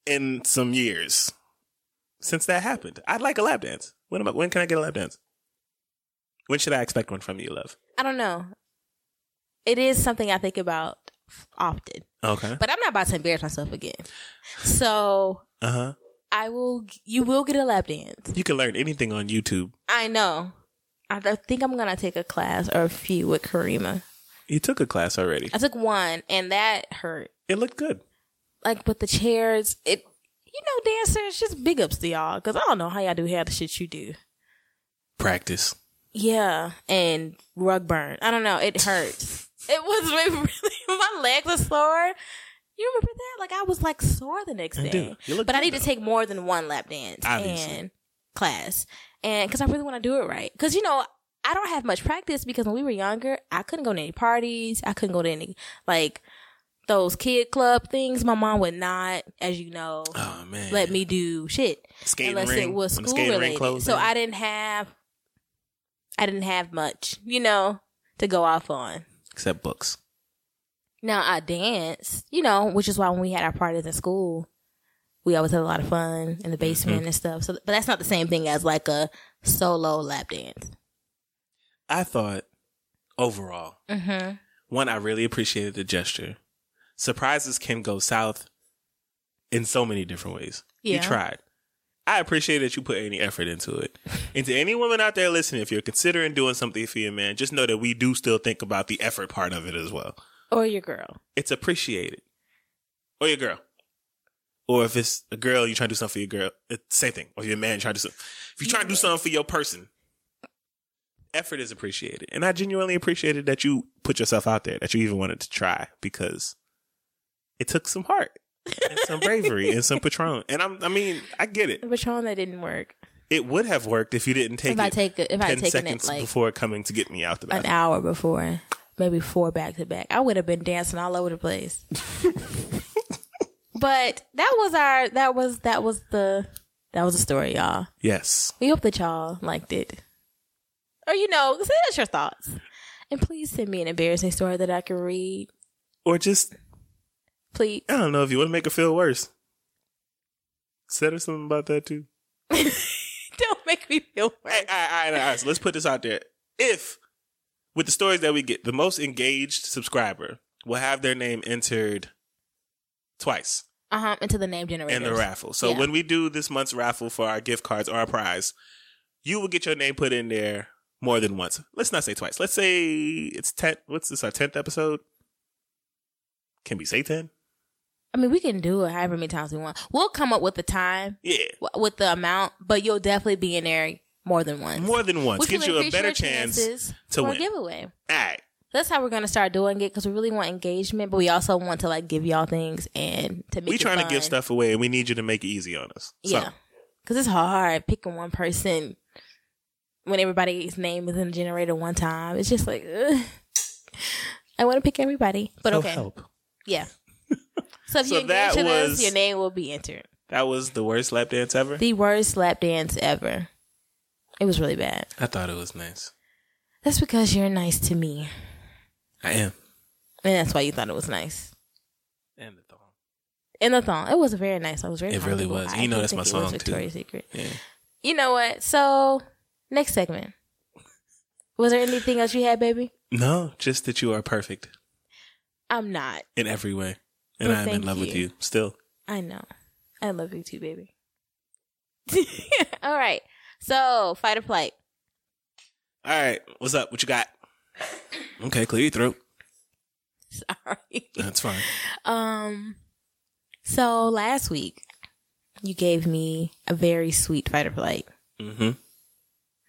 in some years since that happened. I'd like a lap dance. When am I, When can I get a lap dance? When should I expect one from you, love?
I don't know. It is something I think about often,
Okay.
but I'm not about to embarrass myself again. So
Uh huh.
I will. You will get a lap dance.
You can learn anything on YouTube.
I know. I th- think I'm gonna take a class or a few with Karima.
You took a class already.
I took one, and that hurt.
It looked good.
Like with the chairs, it. You know, dancers, just big ups to y'all, cause I don't know how y'all do half the shit you do.
Practice.
Yeah, and rug burn. I don't know. It hurts. it was it really <laughs> my legs were sore. You remember that? Like I was like sore the next
I
day.
do. You look
But I
good,
need to
though.
take more than one lap dance
Obviously.
and class, and because I really want to do it right. Because you know I don't have much practice because when we were younger, I couldn't go to any parties. I couldn't go to any like those kid club things. My mom would not, as you know,
Oh man.
let me do shit
Skating
unless
ring,
it was
when the
school
skating ring
related.
closed
So
down.
I didn't have, I didn't have much, you know, to go off on.
Except books.
Now I danced, you know, which is why when we had our parties in school, we always had a lot of fun in the basement
Mm-hmm.
and stuff. So, but that's not the same thing as like a solo lap dance.
I thought overall,
Mm-hmm.
one, I really appreciated the gesture. Surprises can go south in so many different ways. You
Yeah.
tried. I appreciate that you put any effort into it. and to any woman out there listening, if you're considering doing something for your man, just know that we do still think about the effort part of it as well.
Or your girl.
It's appreciated. Or your girl. Or if it's a girl, you try to do something for your girl. It's same thing. Or your man trying to do something. If you try to do something for your person, effort is appreciated. And I genuinely appreciated that you put yourself out there, that you even wanted to try, because it took some heart and
<laughs>
some bravery and some patron. And I'm I mean, I get it.
Which one that didn't work?
It would have worked if you didn't take
If
it
I take it, if I
ten
had taken
seconds
it like
before coming to get me out the
an
bathroom.
hour before, maybe four back to back, I would have been dancing all over the
<laughs>
place. but that was our that was that was the that was the story, y'all.
Yes.
We hope that y'all liked it. Or, you know, send us your thoughts. And please send me an embarrassing story that I can read.
Or just
Please. <laughs>
I don't know if you want to make her feel worse. Said her something about that too.
Don't make me feel
Hey,
worse.
all right, all right, all right. So let's put this out there. If with the stories that we get, the most engaged subscriber will have their name entered twice
Uh huh. Into the name generator.
in the raffle. So
Yeah.
when we do this month's raffle for our gift cards or our prize, you will get your name put in there more than once. Let's not say twice. Let's say it's ten. What's this? Our tenth episode. Can we say ten?
I mean, we can do it however many times we want. We'll come up with the time,
Yeah,
w- with the amount, but you'll definitely be in there more than once.
more than once
Which
gives
will
you a
increase
better
your
chance.
chances
to
for
win.
a giveaway.
All right.
That's how we're gonna start doing it because we really want engagement, but we also want to like give y'all things and to make
we
it
trying to
fun.
give stuff away and we need you to make it easy on us. So,
Yeah. Because it's hard picking one person when everybody's name is in the generator one time. It's just like, ugh. I want to pick everybody. But
so
okay.
help. <laughs>
Yeah. So if
So
you engage
that
with us,
was-
your name will be entered.
That was the worst lap dance ever.
The worst lap dance ever. It was really bad.
I thought it was nice.
That's because you're nice to me.
I am.
And that's why you thought it was nice.
And the thong.
In the thong. It was very nice. I was very
It really
comfortable.
was.
I
You know
actually
that's my
think it was
song, too.
Victoria's Secret.
Yeah.
You know what? So, next segment. Was there anything else you had, baby?
No, just that you are perfect
I'm not.
in every way. And
Well,
I am in
thank
love with
you.
you still.
I know. I love you too, baby. <laughs> All right. So, fight or flight. <laughs>
All right. What's up? What you got? Okay, clear your throat. <laughs>
Sorry.
That's fine.
Um so last week you gave me a very sweet fight or flight.
Mm-hmm.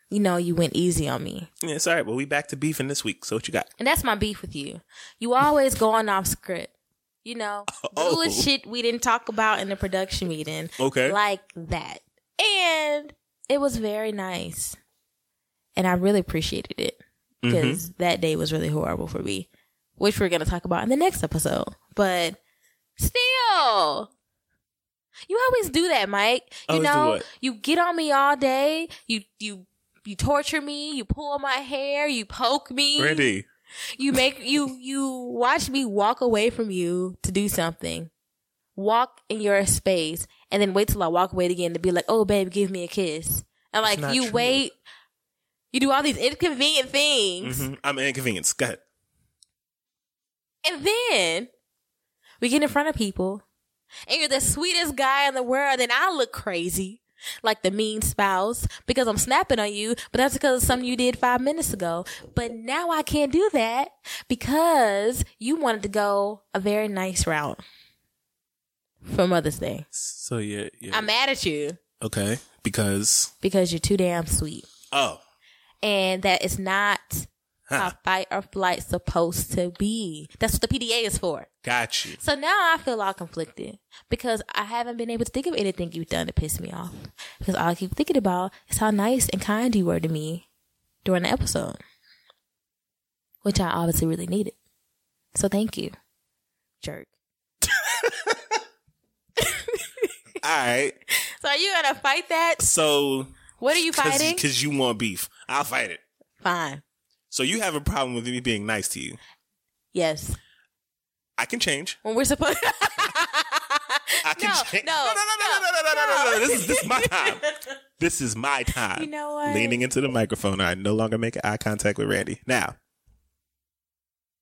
You know, you went easy on me.
Yeah, it's all right. Well, we back to beefing this week. So what you got?
And that's my beef with you. You always going off script. You know,
<laughs> Oh.
doing shit we didn't talk about in the production meeting.
Okay.
Like that. And it was very nice. And I really appreciated it
Mm-hmm.
because that day was really horrible for me, which we're going to talk about in the next episode. But still, you always do that, Mike. You
Always do
know,
what?
you get on me all day. You, you, you torture me. You pull my hair. You poke me.
Randy.
You make you you watch me walk away from you to do something. Walk in your space and then wait till I walk away again to be like, "Oh babe, give me a kiss." And like
not
you
true.
wait you do all these inconvenient things.
hmm I'm inconvenienced. Go ahead.
And then we get in front of people and you're the sweetest guy in the world and I look crazy. Like the mean spouse because I'm snapping on you, but that's because of something you did five minutes ago. But now I can't do that because you wanted to go a very nice route for Mother's Day.
So yeah, yeah.
I'm mad at you
okay. Because
because you're too damn sweet
oh.
and that is not how
Huh.
fight or flight's supposed to be. That's what the PDA is for.
Got you.
So now I feel all conflicted because I haven't been able to think of anything you've done to piss me off. Because all I keep thinking about is how nice and kind you were to me during the episode, which I obviously really needed. So thank you, jerk.
All right.
So are you gonna fight that?
So
What are you fighting?
Because you want beef. I'll fight it.
Fine.
So you have a problem with me being nice to you.
Yes.
I can change.
When we're supposed. <laughs>
I can
No,
change.
no,
<laughs> no, no, no, no, no, no, no, no, no. This is this is my time. This is my time.
You know what?
Leaning into the microphone, I no longer make eye contact with Randy. Now,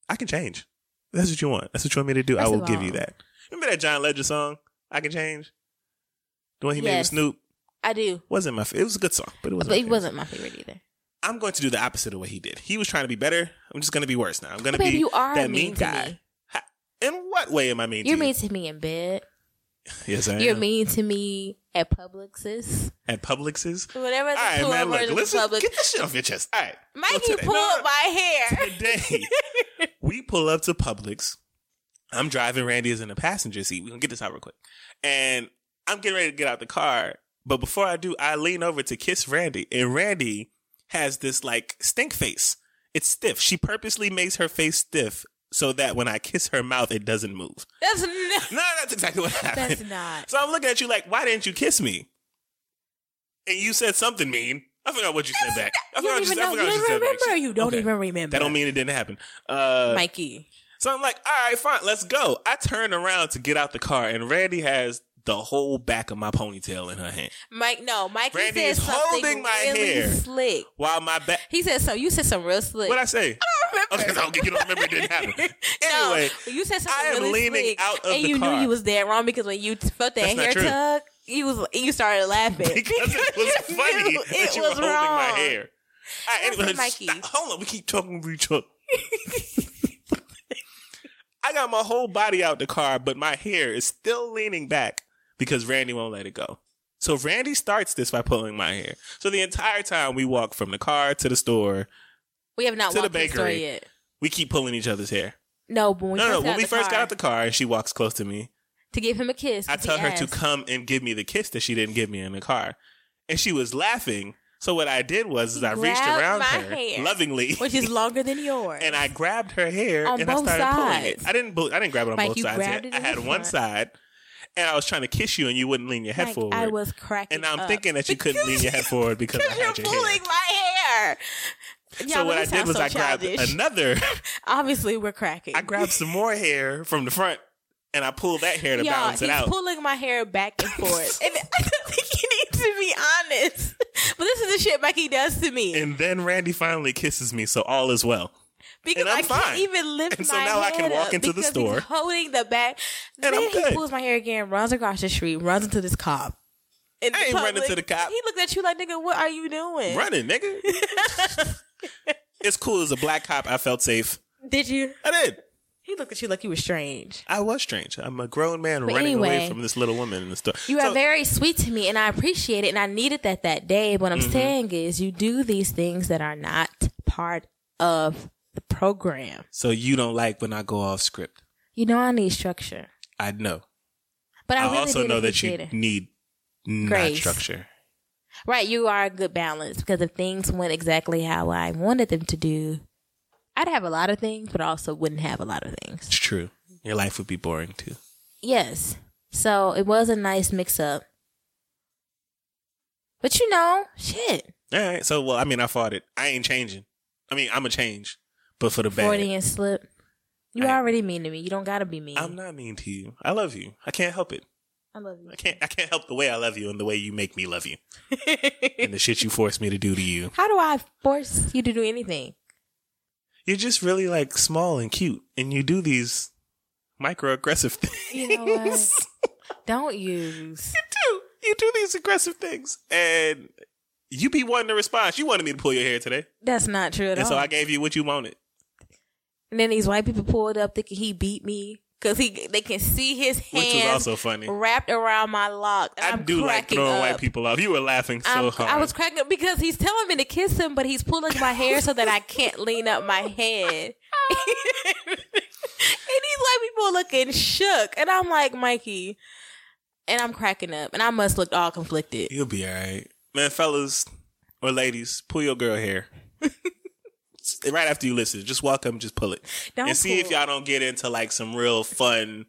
I can change. That's what you want. That's what you want me to do. I
First
will
of
give you
all-
that. Remember that John Legend song? I can change. The one he made with
Yes.
Snoop
I do,
wasn't my. F- it was a good song, but it wasn't.
but
my
it
favorite.
wasn't my favorite either.
I'm going to do the opposite of what he did. He was trying to be better. I'm just going to be worse now. I'm going to
But babe,
be
Oh, you are
that
mean
mean
to
guy.
me.
Ha- In what way am I mean?
You're
to you?
mean to me in bed.
Yes, I
You're
am.
mean to me at Publix's.
At Publix's.
Whatever
All
the
right,
club
man.
or
Look,
the
listen.
Publix.
Get this shit off your chest. All right. So
Mikey
today-
pulled
No, <laughs> no,
my hair.
Today, we pull up to Publix. I'm driving. Randy is in the passenger seat. We're gonna get this out real quick. And I'm getting ready to get out the car. But before I do, I lean over to kiss Randy, and Randy has this like stink face. It's stiff. She purposely makes her face stiff so that when I kiss her mouth, it doesn't move.
That's not.
No, that's exactly what happened. <laughs>
That's not.
So I'm looking at you like, why didn't you kiss me? And you said something mean. I forgot what you said back.
You
I forgot
don't
what
even
said- I
know. You
forgot
don't
what said
even
back.
remember. You don't
Okay.
even remember.
That don't mean it didn't happen. Uh,
Mikey.
so I'm like, all right, fine, let's go. I turn around to get out the car, and Randy has the whole back of my ponytail in her hand.
Mike. No. Mikey
Randy
said
is
something
holding my
really
hair.
slick.
While my back,
He said something. You said some real slick.
what I say?
don't remember.
Okay, so, okay, you don't remember it didn't happen.
<laughs> No,
Anyway,
you said something
I am
really
leaning
slick,
out of
and
the
you
car.
knew you was dead wrong because when you t- felt
That's
that
not
hair
true.
tug, you was you started laughing
<laughs> because it
<laughs>
was
you
funny
knew
that you were holding my
wrong.
hair. All right,
Listen,
anyway,
Mikey.
stop- hold on, we keep talking to each other. <laughs> I got my whole body out the car, but my hair is still leaning back because Randy won't let it go. So Randy starts this by pulling my hair. So the entire time we walk from the car to the store,
We have not
To the
walked the story
bakery.
yet.
we keep pulling each other's hair.
No, but when we
no, no,
first got
when we
the
first
car,
got out the car and she walks close to me,
to give him a kiss,
I
'cause he
tell her to
asked.
come and give me the kiss that she didn't give me in the car. And she was laughing. So what I did was is I reached
Grab
around
my
her
hair.
lovingly.
which is longer than yours.
<laughs> and I grabbed her hair
On
and I
both
started pulling it.
sides.
I didn't pull, I didn't grab it on
Like,
both
you
sides
grabbed
yet.
it
I
in
had
the
one
front.
side and I was trying to kiss you and you wouldn't lean your head
Like,
forward.
I was cracking.
and now I'm
up.
thinking that you couldn't lean your head forward because I
because <laughs>
had
you're
your
pulling
hair.
my hair. Y'all,
so what
we
I did
sound
was
so
I grabbed
childish. <laughs>
another
Obviously, we're cracking.
I grabbed some more hair from the front and I pulled that hair to
Y'all,
balance it
he's
out.
pulling my hair back and
<laughs>
forth, and <laughs> I don't think he needs to be honest. <laughs> But this is the shit Mikey does to me
and then Randy finally kisses me, so all is well.
because
and I'm
I can't
fine.
even lift
And
my
so now I can
head
walk
up
into the
because he's
store.
holding the back.
And
then
I'm
he
good.
pulls my hair again, runs across the street, runs into this cop. In
I
the
ain't running
public.
to the cop.
He looked at you like, "Nigga, what are you doing?
running, nigga. it's cool as a black cop. I felt safe.
Did you?"
I did.
He looked at you like you were strange.
I was strange. I'm a grown man
But
running away
anyway,
from this little woman in the store.
You
So,
are very sweet to me, and I appreciate it, and I needed that that day. What
Mm-hmm.
I'm saying is, you do these things that are not part of the program.
so you don't like when I go off script.
You know, I need structure,
I know.
but I,
I,
really
also
did
know that you
appreciate it.
need not
Grace.
structure.
right. You are a good balance because if things went exactly how I wanted them to do, I'd have a lot of things, but also wouldn't have a lot of things.
It's true. Your life would be boring too.
Yes. So it was a nice mix up. But you know, shit.
All right. So well, I mean, I fought it. I ain't changing. I mean, I'm a change, but for the bad.
Freudian slip. You
I-
already mean to me. You don't gotta be mean.
I'm not mean to you. I love you. I can't help it.
I love you.
I can't. I can't help the way I love you and the way you make me love you, and the shit you force me to do to you.
<laughs> How do I force you to do anything?
You're just really like small and cute, and you do these microaggressive <laughs> things.
You know what? Don't use.
do. <laughs> You do these aggressive things, and you be wanting a response. You wanted me to pull your hair today,
That's not true at
and
all.
so I gave you what you wanted.
and then these white people pulled up thinking he beat me because he they can see his
Which was
hands
also funny.
wrapped around my lock. And
I
I'm
do like
cracking
throwing
up.
white people off. You were laughing so
I'm-
hard.
I was cracking up because he's telling me to kiss him, but he's pulling my hair so that I can't lean up my head. <laughs> and these white people looking shook, and I'm like, Mikey, and I'm cracking up, and I must look all conflicted.
You'll be all right, man, fellas or ladies. Pull your girl hair. <laughs> right after you listen, just walk up and just pull it.
Don't
and see if
pull.
y'all don't get into like some real fun,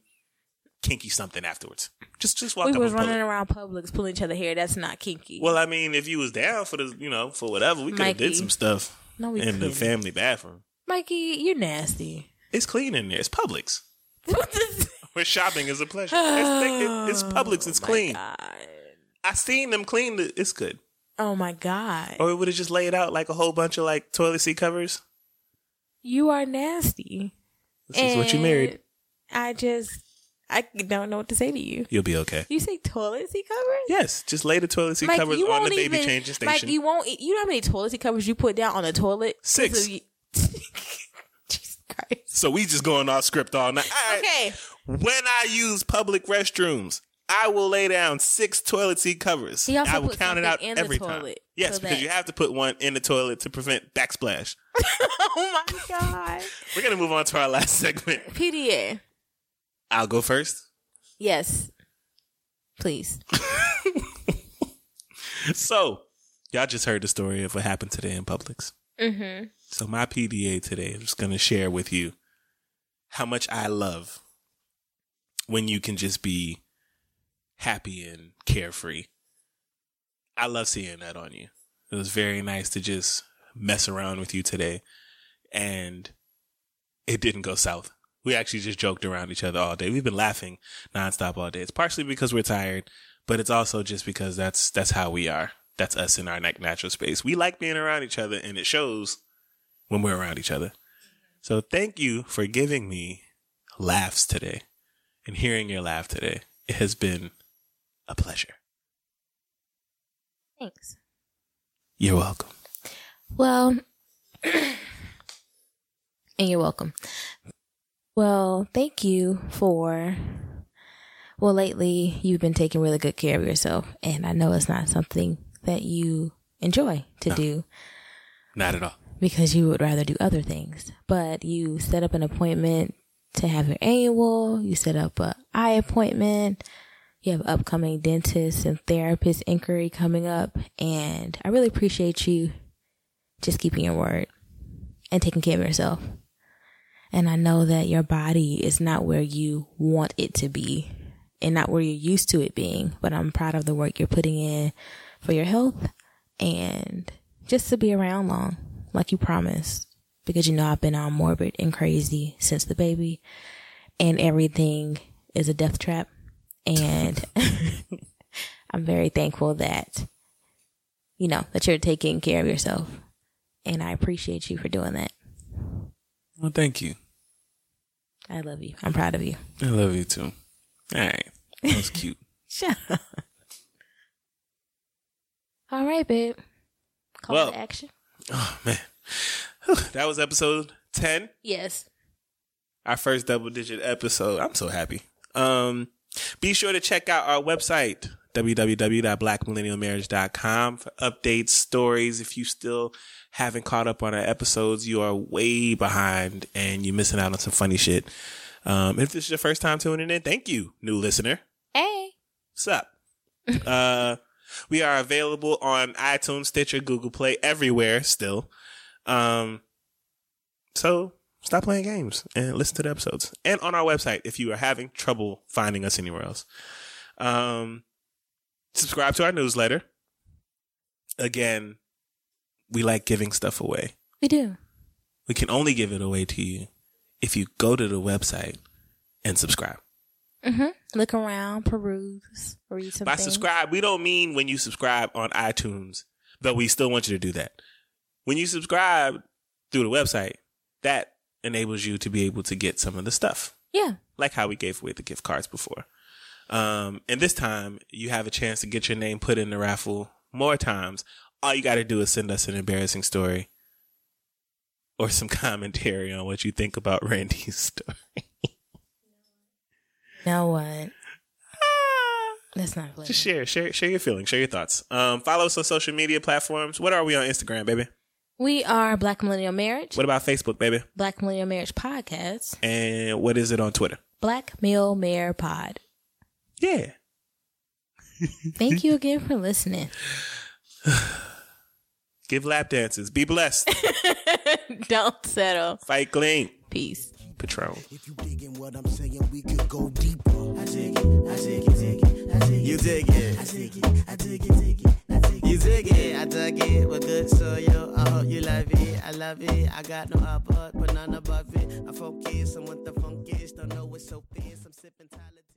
kinky something afterwards. Just just walk
We
up
was
and pull
running
it.
around Publix pulling each other hair. That's not kinky.
Well, I mean, if you was down for the, you know, for whatever, we could have did
Mikey.
some stuff
no, we
in
couldn't.
the family bathroom.
Mikey, you're nasty. <laughs>
It's clean in there. It's Publix. <laughs>
What is-
Where shopping is a pleasure.
<sighs>
It's, it's Publix. It's clean.
Oh God.
I seen them clean. The, it's good.
Oh my god.
Or it would have just laid out like a whole bunch of like toilet seat covers.
You are nasty.
This is what you
And
married.
I just I don't know what to say to you.
You'll be okay.
You say toilet seat covers?
Yes, just lay the toilet seat
Mike,
covers
you
on the
won't
baby
even-
changing station.
Mike, you won't. e, You know how many toilet seat covers you put down on a toilet?
Six.
So you- <laughs> Jesus Christ.
so we just going off script all night. All right.
Okay. <laughs>
When I use public restrooms, I will lay down six toilet seat covers.
He also
I will
put
count it
something
out
in the
every time.
toilet
Yes,
so
because
that-
you have to put one in the toilet to prevent backsplash.
oh my god.
We're gonna move on to our last <laughs> segment.
PDA.
I'll go first.
Yes. Please.
So, y'all just heard the story of what happened today in Publix.
Mm-hmm.
So my PDA today is going to share with you how much I love when you can just be happy and carefree. I love seeing that on you. It was very nice to just mess around with you today and it didn't go south. We actually just joked around each other all day. We've been laughing nonstop all day. It's partially because we're tired, but it's also just because that's that's how we are. That's us in our nat- natural space. We like being around each other and it shows when we're around each other. So thank you for giving me laughs today and hearing your laugh today. It has been a pleasure.
Thanks.
You're welcome.
Well, and you're welcome. Well, thank you for. Well, lately you've been taking really good care of yourself, and I know it's not something that you enjoy to do
Not at all.
because you would rather do other things. But you set up an appointment to have your annual, you set up a eye appointment, you have upcoming dentist and therapist inquiry coming up, and I really appreciate you just keeping your word and taking care of yourself. And I know that your body is not where you want it to be and not where you're used to it being, but I'm proud of the work you're putting in for your health and just to be around long, like you promised. Because you know I've been on morbid and crazy since the baby, and everything is a death trap. And <laughs> I'm very thankful that you know that you're taking care of yourself, and I appreciate you for doing that.
Well, thank you.
I love you. I'm proud of you.
I love you too. All right. That was cute.
Shut up. All right, babe. Call
Well-
to action.
Oh, man. Whew, That was episode 10.
Yes.
our first double digit episode. I'm so happy. Um, be sure to check out our website, www.blackmillennialmarriage.com for updates, stories. If you still haven't caught up on our episodes, you are way behind and you're missing out on some funny shit. Um, if this is your first time tuning in, thank you, new listener.
Hey.
What's up? uh, we are available on iTunes, Stitcher, Google Play, everywhere still. Um, so stop playing games and listen to the episodes. And on our website if you are having trouble finding us anywhere else. Um, subscribe to our newsletter. Again, we like giving stuff away.
We do.
We can only give it away to you if you go to the website and subscribe.
hmm Look around, peruse, read some.
By
things.
subscribe, we don't mean when you subscribe on iTunes, though we still want you to do that. When you subscribe through the website, that enables you to be able to get some of the stuff,
Yeah.
like how we gave away the gift cards before. Um, and this time, you have a chance to get your name put in the raffle more times. All you got to do is send us an embarrassing story or some <laughs> commentary on what you think about <laughs> Randy's story.
Now what? That's not funny.
Ah. Just share, share, share your feelings, share your thoughts. Um, follow us on social media platforms. What are we on Instagram, baby?
We are Black Millennial Marriage,
What about Facebook, baby?
Black Millennial Marriage Podcast,
And what is it on Twitter?
Black Male Mare Pod.
Yeah.
Thank you again for listening.
Give lap dances. Be blessed.
<laughs>
<laughs>
Don't settle.
Fight clean.
Peace.
Patron.
If you digging what I'm saying, we could go deeper. I dig it, I dig it, dig it, I dig it. You dig it. I dig it, I dig it, dig it, I dig it. You dig it, I dug it with good soil. I hope you love it, I love it. I got no upper, but none above it. I focus on what the funk is, don't know what's so fierce. I'm sipping Tyler.